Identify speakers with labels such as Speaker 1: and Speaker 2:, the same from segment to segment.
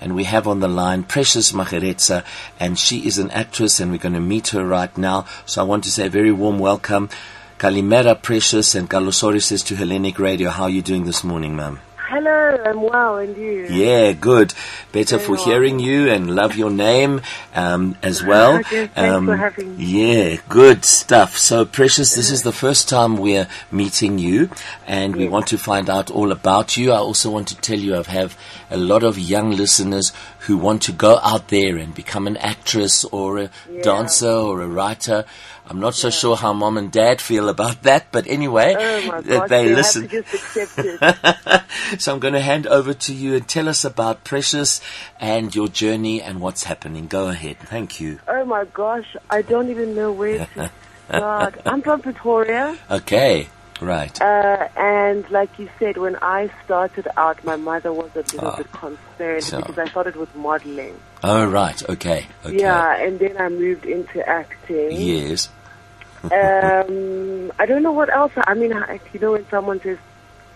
Speaker 1: And we have on the line Precious Machereza, and she is an actress, and we're going to meet her right now. So I want to say a very warm welcome. Kalimera Precious and Kalosori says to Hellenic Radio, how are you doing this morning, ma'am?
Speaker 2: Hello, I'm well, and you?
Speaker 1: Yeah, good. Better
Speaker 2: Very
Speaker 1: for
Speaker 2: well.
Speaker 1: hearing you and love your name um, as well.
Speaker 2: Okay, thanks
Speaker 1: um,
Speaker 2: for having me.
Speaker 1: Yeah, good stuff. So, Precious, this is the first time we're meeting you, and we want to find out all about you. I also want to tell you I have a lot of young listeners who want to go out there and become an actress or a dancer or a writer. I'm not so sure how mom and dad feel about that, but anyway,
Speaker 2: Oh my
Speaker 1: uh,
Speaker 2: God,
Speaker 1: they
Speaker 2: you
Speaker 1: listen.
Speaker 2: have to just accept it.
Speaker 1: so I'm going to hand over to you and tell us about Precious and your journey and what's happening. Go ahead. Thank you.
Speaker 2: oh my gosh, I don't even know where to start. I'm from Pretoria,
Speaker 1: Okay. Right.
Speaker 2: uh, and like you said, when I started out, my mother was a little bit concerned
Speaker 1: Ah, so-
Speaker 2: because I started with modeling.
Speaker 1: Oh, right. Okay. Okay.
Speaker 2: Yeah, and then I moved into acting.
Speaker 1: Yes.
Speaker 2: Um, I don't know what else. I mean, I- you know, when someone says,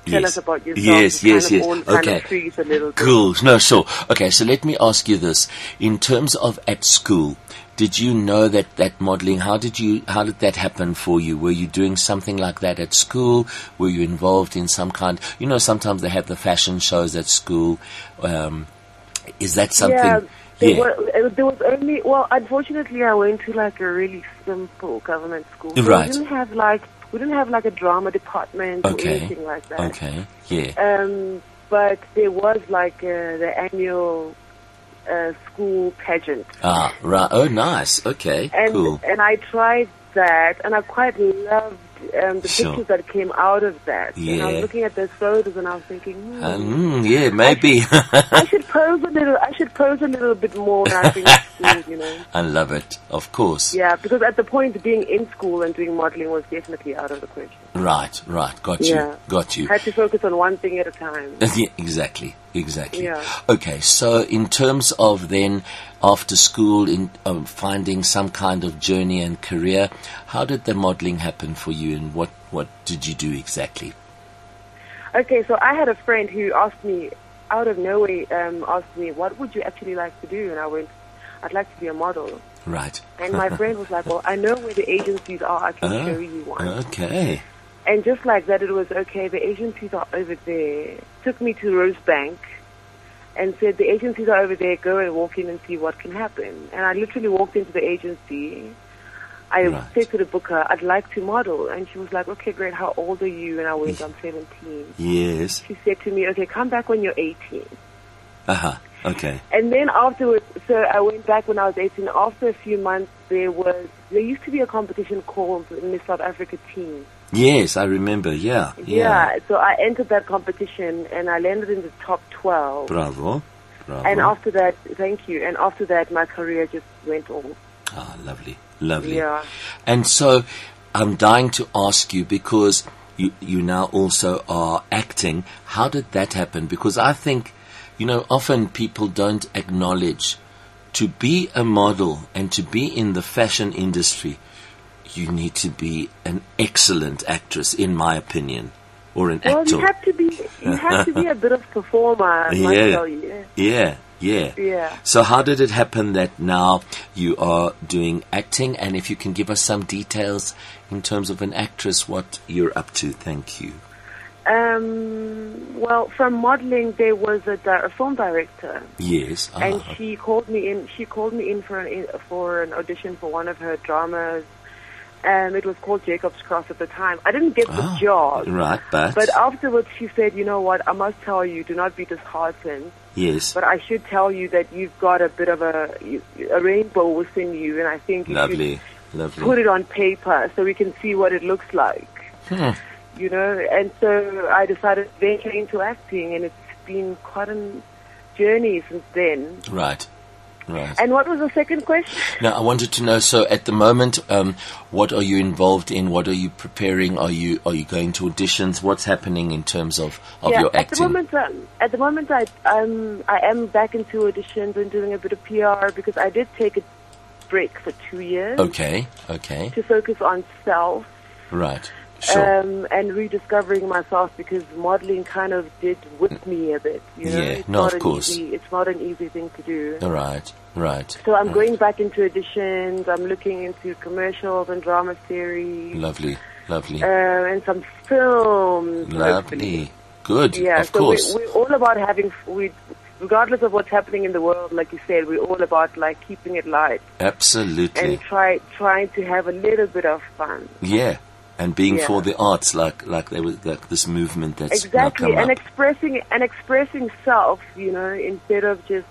Speaker 2: "Tell
Speaker 1: Yes.
Speaker 2: us about yourself,"
Speaker 1: Yes,
Speaker 2: you
Speaker 1: yes,
Speaker 2: kind
Speaker 1: yes.
Speaker 2: of all kind
Speaker 1: Okay.
Speaker 2: of freeze a little. bit.
Speaker 1: Cool. No, sure. Okay. So let me ask you this. In terms of at school, did you know that, that modeling, how did you, how did that happen for you? Were you doing something like that at school? Were you involved in some kind, you know, sometimes they have the fashion shows at school. Um, is that something?
Speaker 2: Yeah, there, Were, uh, there was only well, unfortunately, I went to like a really simple government school. So
Speaker 1: Right.
Speaker 2: We didn't have like we didn't have like a drama department or
Speaker 1: Okay.
Speaker 2: anything like that.
Speaker 1: Okay. Yeah.
Speaker 2: Um, but there was like uh, the annual uh, school pageant,
Speaker 1: ah. Right. Oh, nice. Okay.
Speaker 2: and
Speaker 1: cool.
Speaker 2: and I tried that, and I quite loved. Um, the
Speaker 1: Sure.
Speaker 2: pictures that came out of that. And I
Speaker 1: Yeah.
Speaker 2: was looking at those photos and I was thinking, hmm,
Speaker 1: Uh, mm, yeah. Maybe.
Speaker 2: I should pose a little. I should pose a little bit more when I've been in school, hmm, you know.
Speaker 1: I love it. Of course.
Speaker 2: Yeah, because at the point being in school and doing modeling was definitely out of the question.
Speaker 1: Right. Right. Got you.
Speaker 2: Yeah.
Speaker 1: Got you.
Speaker 2: Had to focus on one thing at a time.
Speaker 1: yeah, exactly. Exactly.
Speaker 2: Yeah.
Speaker 1: Okay. So, in terms of then after school, in um, finding some kind of journey and career, how did the modeling happen for you, and what what did you do exactly?
Speaker 2: Okay, so I had a friend who asked me out of nowhere, um, asked me, "What would you actually like to do?" And I went, "I'd like to be a model."
Speaker 1: Right.
Speaker 2: And my friend was like, "Well, I know where the agencies are. I can
Speaker 1: Ah,
Speaker 2: show you one."
Speaker 1: Okay.
Speaker 2: And just like that, it was okay. The agencies are over there. Took me to Rosebank and said, the agencies are over there. Go and walk in and see what can happen. And I literally walked into the agency. I
Speaker 1: Right.
Speaker 2: said to the booker, I'd like to model. And she was like, okay, great. How old are you? And I went, I'm 17.
Speaker 1: Yes.
Speaker 2: She said to me, okay, come back when you're 18.
Speaker 1: Uh huh. Okay.
Speaker 2: And then afterwards, so I went back when I was 18. After a few months, there was, there used to be a competition called Miss South Africa Teens.
Speaker 1: Yes, I remember. Yeah.
Speaker 2: Yeah. so I entered that competition and I landed in the top
Speaker 1: Uh-huh.
Speaker 2: 12.
Speaker 1: Bravo. Bravo.
Speaker 2: And after that, thank you. And after that, my career just went off.
Speaker 1: ah, lovely. Lovely.
Speaker 2: Yeah.
Speaker 1: And so I'm dying to ask you because you, you now also are acting. How did that happen? Because I think, you know, often people don't acknowledge to be a model and to be in the fashion industry, you need to be an excellent actress, in my opinion, or an
Speaker 2: Well,
Speaker 1: actor.
Speaker 2: you have to be, you have to be a bit of performer, I must
Speaker 1: Yeah.
Speaker 2: tell you.
Speaker 1: Yeah, yeah.
Speaker 2: Yeah.
Speaker 1: So how did it happen that now you are doing acting and if you can give us some details in terms of an actress what you're up to. Thank you.
Speaker 2: Um, well, from modeling, there was a, di- a film director,
Speaker 1: Yes. Ah,
Speaker 2: and she called me in. She called me in for an, in- for an audition for one of her dramas. Um, it was called Jacob's Cross at the time. I didn't get the
Speaker 1: ah,
Speaker 2: job,
Speaker 1: Right, but,
Speaker 2: But afterwards, she said, "You know what? I must tell you, do not be disheartened.
Speaker 1: yes.
Speaker 2: But I should tell you that you've got a bit of a you- a rainbow within you, and I think you
Speaker 1: lovely.
Speaker 2: should put
Speaker 1: Lovely.
Speaker 2: it on paper so we can see what it looks like."
Speaker 1: Hmm.
Speaker 2: You know, and so I decided to venture into acting, and it's been quite a journey since then.
Speaker 1: Right. Right.
Speaker 2: And what was the second question?
Speaker 1: Now I wanted to know so at the moment um, what are you involved in? What are you preparing? Are you are you going to auditions? What's happening in terms of, of your
Speaker 2: at the
Speaker 1: acting?
Speaker 2: moment, um, at the moment, I um, I am back into auditions and doing a bit of PR because I did take a break for two years
Speaker 1: okay. Okay.
Speaker 2: to focus on self
Speaker 1: Right. Sure.
Speaker 2: um, and rediscovering myself because modeling kind of did whip me a bit. You know?
Speaker 1: Yeah,
Speaker 2: it's
Speaker 1: no,
Speaker 2: not
Speaker 1: of
Speaker 2: an
Speaker 1: course.
Speaker 2: Easy, it's not an easy thing to do.
Speaker 1: All right. Right.
Speaker 2: So I'm
Speaker 1: Right.
Speaker 2: going back into editions. I'm looking into commercials and drama series,
Speaker 1: Lovely. Lovely.
Speaker 2: uh, and some films. hopefully.
Speaker 1: Lovely. Good.
Speaker 2: Yeah,
Speaker 1: of
Speaker 2: so
Speaker 1: course.
Speaker 2: We're, we're all about having f- we, regardless of what's happening in the world, like you said, we're all about like keeping it light
Speaker 1: Absolutely.
Speaker 2: and try trying to have a little bit of fun.
Speaker 1: yeah. And being
Speaker 2: Yeah.
Speaker 1: for the arts, like like there was like this movement that's
Speaker 2: exactly,
Speaker 1: now
Speaker 2: and
Speaker 1: come up.
Speaker 2: expressing and expressing self, you know, instead of just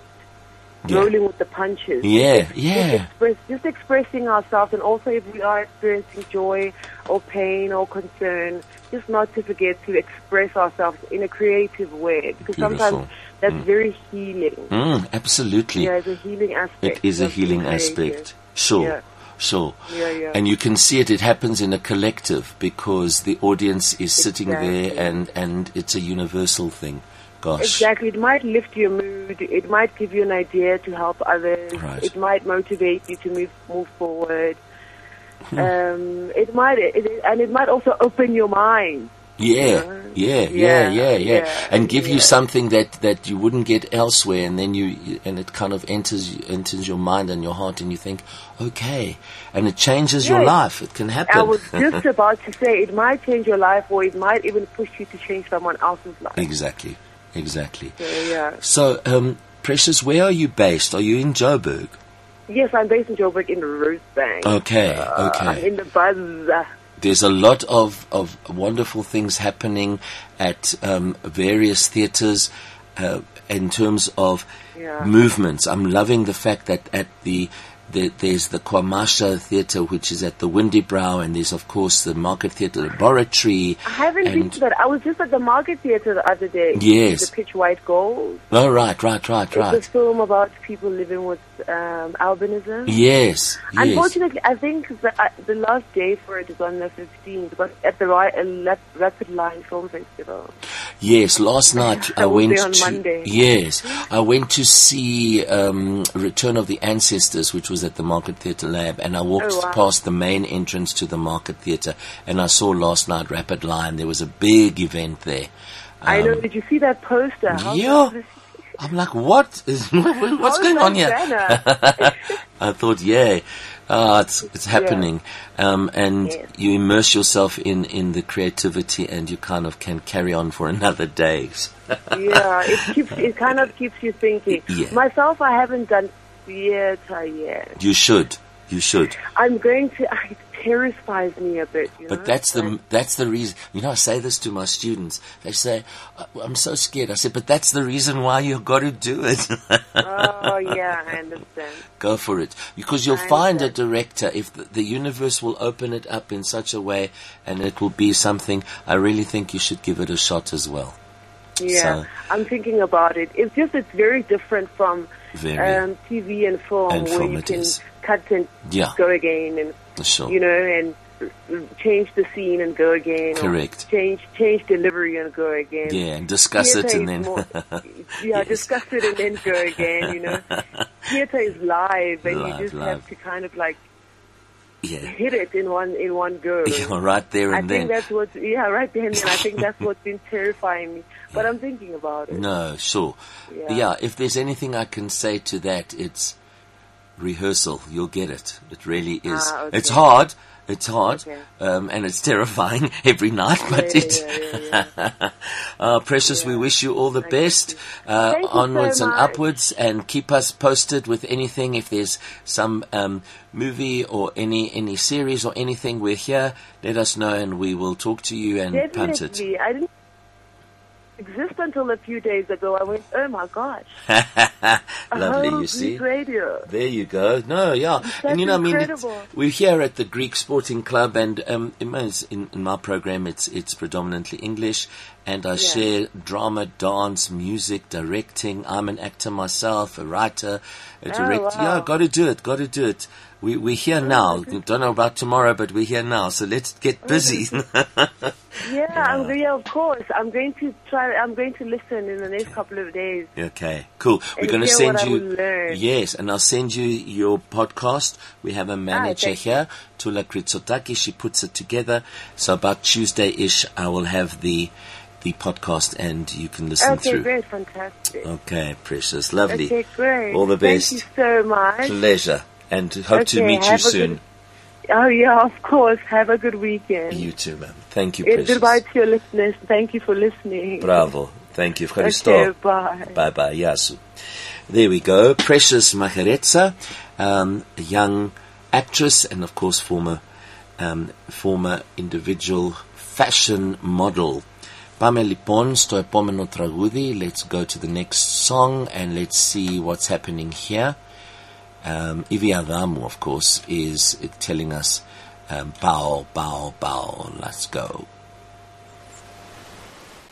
Speaker 1: Yeah.
Speaker 2: rolling with the punches.
Speaker 1: yeah.
Speaker 2: Just,
Speaker 1: Yeah.
Speaker 2: express, just expressing ourselves, and also if we are experiencing joy or pain or concern, just not to forget to express ourselves in a creative way because sometimes
Speaker 1: Beautiful.
Speaker 2: that's very healing.
Speaker 1: Mm, absolutely.
Speaker 2: Yeah, it's a healing aspect.
Speaker 1: It is a
Speaker 2: of
Speaker 1: healing
Speaker 2: being creative.
Speaker 1: aspect. Sure.
Speaker 2: Yeah.
Speaker 1: Sure.
Speaker 2: Yeah, yeah.
Speaker 1: And you can see it, it happens in a collective because the audience is sitting there
Speaker 2: Exactly.
Speaker 1: and, and it's a universal thing. Gosh.
Speaker 2: Exactly. It might lift your mood. It might give you an idea to help others.
Speaker 1: Right.
Speaker 2: It might motivate you to move move forward. Um, it might, it, it- and it might also open your mind.
Speaker 1: Yeah, yeah, yeah,
Speaker 2: Yeah,
Speaker 1: yeah, yeah,
Speaker 2: yeah,
Speaker 1: and give you
Speaker 2: yeah.
Speaker 1: something that that you wouldn't get elsewhere, and then you- you and it kind of enters enters your mind and your heart, and you think, okay, and it changes your
Speaker 2: Yes.
Speaker 1: life. It can happen.
Speaker 2: I was just about to say it might change your life, or it might even push you to change someone else's life.
Speaker 1: exactly, exactly.
Speaker 2: So, yeah.
Speaker 1: So, um, Precious, where are you based? Are you in Joburg?
Speaker 2: Yes, I'm based in Joburg in Rosebank.
Speaker 1: Okay,
Speaker 2: Uh,
Speaker 1: okay.
Speaker 2: I'm in the buzz.
Speaker 1: there's a lot of, of wonderful things happening at um, various theatres uh, in terms of
Speaker 2: Yeah.
Speaker 1: movements. I'm loving the fact that at the, the there's the Kwamasha Theatre, which is at the Windy Brow, and there's of course the Market Theatre Laboratory.
Speaker 2: I haven't been
Speaker 1: and,
Speaker 2: to that. I was just at the Market Theatre the other day.
Speaker 1: Yes.
Speaker 2: The Pitch White Gold.
Speaker 1: Oh, right, right, right,
Speaker 2: It's a
Speaker 1: right.
Speaker 2: film about people living with um, albinism.
Speaker 1: Yes, yes.
Speaker 2: Unfortunately, I think the, uh, the last day for it is on the 15th, but at the Ri- uh, Lap- Rapid Line Film Festival.
Speaker 1: Yes, last night I
Speaker 2: will be
Speaker 1: went
Speaker 2: on
Speaker 1: to
Speaker 2: Monday.
Speaker 1: yes, I went to see um, Return of the Ancestors, which was at the Market Theatre Lab, and I walked
Speaker 2: Oh, wow.
Speaker 1: past the main entrance to the Market Theatre, and I saw last night Rapid Line. There was a big event there.
Speaker 2: I know.
Speaker 1: Um,
Speaker 2: Did you see that poster? How-
Speaker 1: yeah. I'm like, what is what's
Speaker 2: how is
Speaker 1: going
Speaker 2: that
Speaker 1: on here?
Speaker 2: banner?
Speaker 1: I thought, yeah, ah, it's it's happening, um, and
Speaker 2: Yes.
Speaker 1: you immerse yourself in in the creativity, and you kind of can carry on for another day.
Speaker 2: yeah, it keeps. It kind of keeps you thinking.
Speaker 1: Yeah.
Speaker 2: Myself, I haven't done theater yet.
Speaker 1: You should, you should.
Speaker 2: I'm going to. It terrifies me a bit. You know?
Speaker 1: But that's
Speaker 2: Like,
Speaker 1: the that's the reason. You know, I say this to my students. They say, "I- "I'm so scared." I said, "But that's the reason why you've got to do it.
Speaker 2: Oh yeah, I understand.
Speaker 1: Go for it, because you'll
Speaker 2: I
Speaker 1: find a
Speaker 2: understand.
Speaker 1: director. If the, the universe will open it up in such a way, and it will be something. I really think you should give it a shot as well.
Speaker 2: Yeah,
Speaker 1: So-
Speaker 2: I'm thinking about it. It's just it's very different from
Speaker 1: Very.
Speaker 2: um, TV and film,
Speaker 1: And
Speaker 2: where
Speaker 1: film
Speaker 2: you
Speaker 1: it
Speaker 2: can
Speaker 1: is.
Speaker 2: cut and
Speaker 1: Yeah.
Speaker 2: go again, and
Speaker 1: Sure.
Speaker 2: you know, and uh, change the scene and go again. or
Speaker 1: Correct.
Speaker 2: change change delivery and go again.
Speaker 1: yeah, and discuss
Speaker 2: Theatre
Speaker 1: it, and
Speaker 2: is
Speaker 1: then
Speaker 2: more- yeah,
Speaker 1: Yes.
Speaker 2: discuss it and then go again. You know, theater is live, and
Speaker 1: Live,
Speaker 2: you just
Speaker 1: live.
Speaker 2: have to kind of like
Speaker 1: yeah,
Speaker 2: hit it in one in one go.
Speaker 1: you're right there
Speaker 2: I
Speaker 1: and
Speaker 2: think
Speaker 1: then.
Speaker 2: that's what, yeah, right then. And I think that's what's been terrifying me. But I'm thinking about it.
Speaker 1: No, sure. Yeah.
Speaker 2: Yeah.
Speaker 1: if there's anything I can say to that, it's rehearsal. You'll get it. It really is.
Speaker 2: Ah, okay.
Speaker 1: It's hard. It's hard.
Speaker 2: Okay.
Speaker 1: Um, and it's terrifying every night, but
Speaker 2: yeah,
Speaker 1: it.
Speaker 2: yeah, yeah,
Speaker 1: uh, precious, we
Speaker 2: Yeah.
Speaker 1: wish you all the
Speaker 2: Thank
Speaker 1: best uh,
Speaker 2: Thank you so
Speaker 1: onwards and
Speaker 2: much.
Speaker 1: upwards, and keep us posted with anything. If there's some um, movie or any any series or anything, we're here. Let us know, and we will talk to you and punt it.
Speaker 2: Definitely. I didn't exist until a few days ago. I went, oh my gosh.
Speaker 1: Lovely,
Speaker 2: oh,
Speaker 1: you see.
Speaker 2: Greek radio.
Speaker 1: There you go. No, yeah, and you know, I mean,
Speaker 2: incredible.
Speaker 1: it's- we're here at the Greek Sporting Club, and um, in, my, in, in my program, it's it's predominantly English, and I
Speaker 2: Yeah.
Speaker 1: share drama, dance, music, directing. I'm an actor myself, a writer, a
Speaker 2: Oh,
Speaker 1: director. Yeah,
Speaker 2: wow. Oh,
Speaker 1: got to do it. Got to do it. We, we're here now. Don't know about tomorrow, but we're here now. So let's get busy.
Speaker 2: Yeah, I'm going. Yeah, of course. I'm going to try. I'm going to listen in the next couple of days.
Speaker 1: Okay, cool. We're
Speaker 2: And
Speaker 1: going to
Speaker 2: hear
Speaker 1: send
Speaker 2: what I
Speaker 1: you.
Speaker 2: will learn. Ah,
Speaker 1: Yes, and I'll send you your podcast. We have a manager
Speaker 2: thank you.
Speaker 1: here, Tula Kritsotaki. She puts it together. So about Tuesday ish, I will have the the podcast and you can listen
Speaker 2: okay,
Speaker 1: through.
Speaker 2: great, fantastic.
Speaker 1: Okay, precious. Oh, Lovely.
Speaker 2: Okay, great.
Speaker 1: All the best.
Speaker 2: Thank you so much.
Speaker 1: Pleasure. And hope to
Speaker 2: Okay,
Speaker 1: meet you
Speaker 2: have a
Speaker 1: soon.
Speaker 2: Oh yeah, of course. Have a good weekend.
Speaker 1: You too, ma'am. Thank you,
Speaker 2: Eh,
Speaker 1: precious.
Speaker 2: goodbye to your listeners. Thank you for listening.
Speaker 1: Bravo. Thank you. Christo.
Speaker 2: Okay, bye.
Speaker 1: Bye bye, Yasu. There we go. Precious Macharetsa, um, a young actress and, of course, former um, former individual fashion model. Πάμε λοιπόν στο επόμενο τραγούδι. Let's go to the next song and let's see what's happening here. Um, Ivi Adamu, of course, is telling us um, bow, bow, bow. Let's go.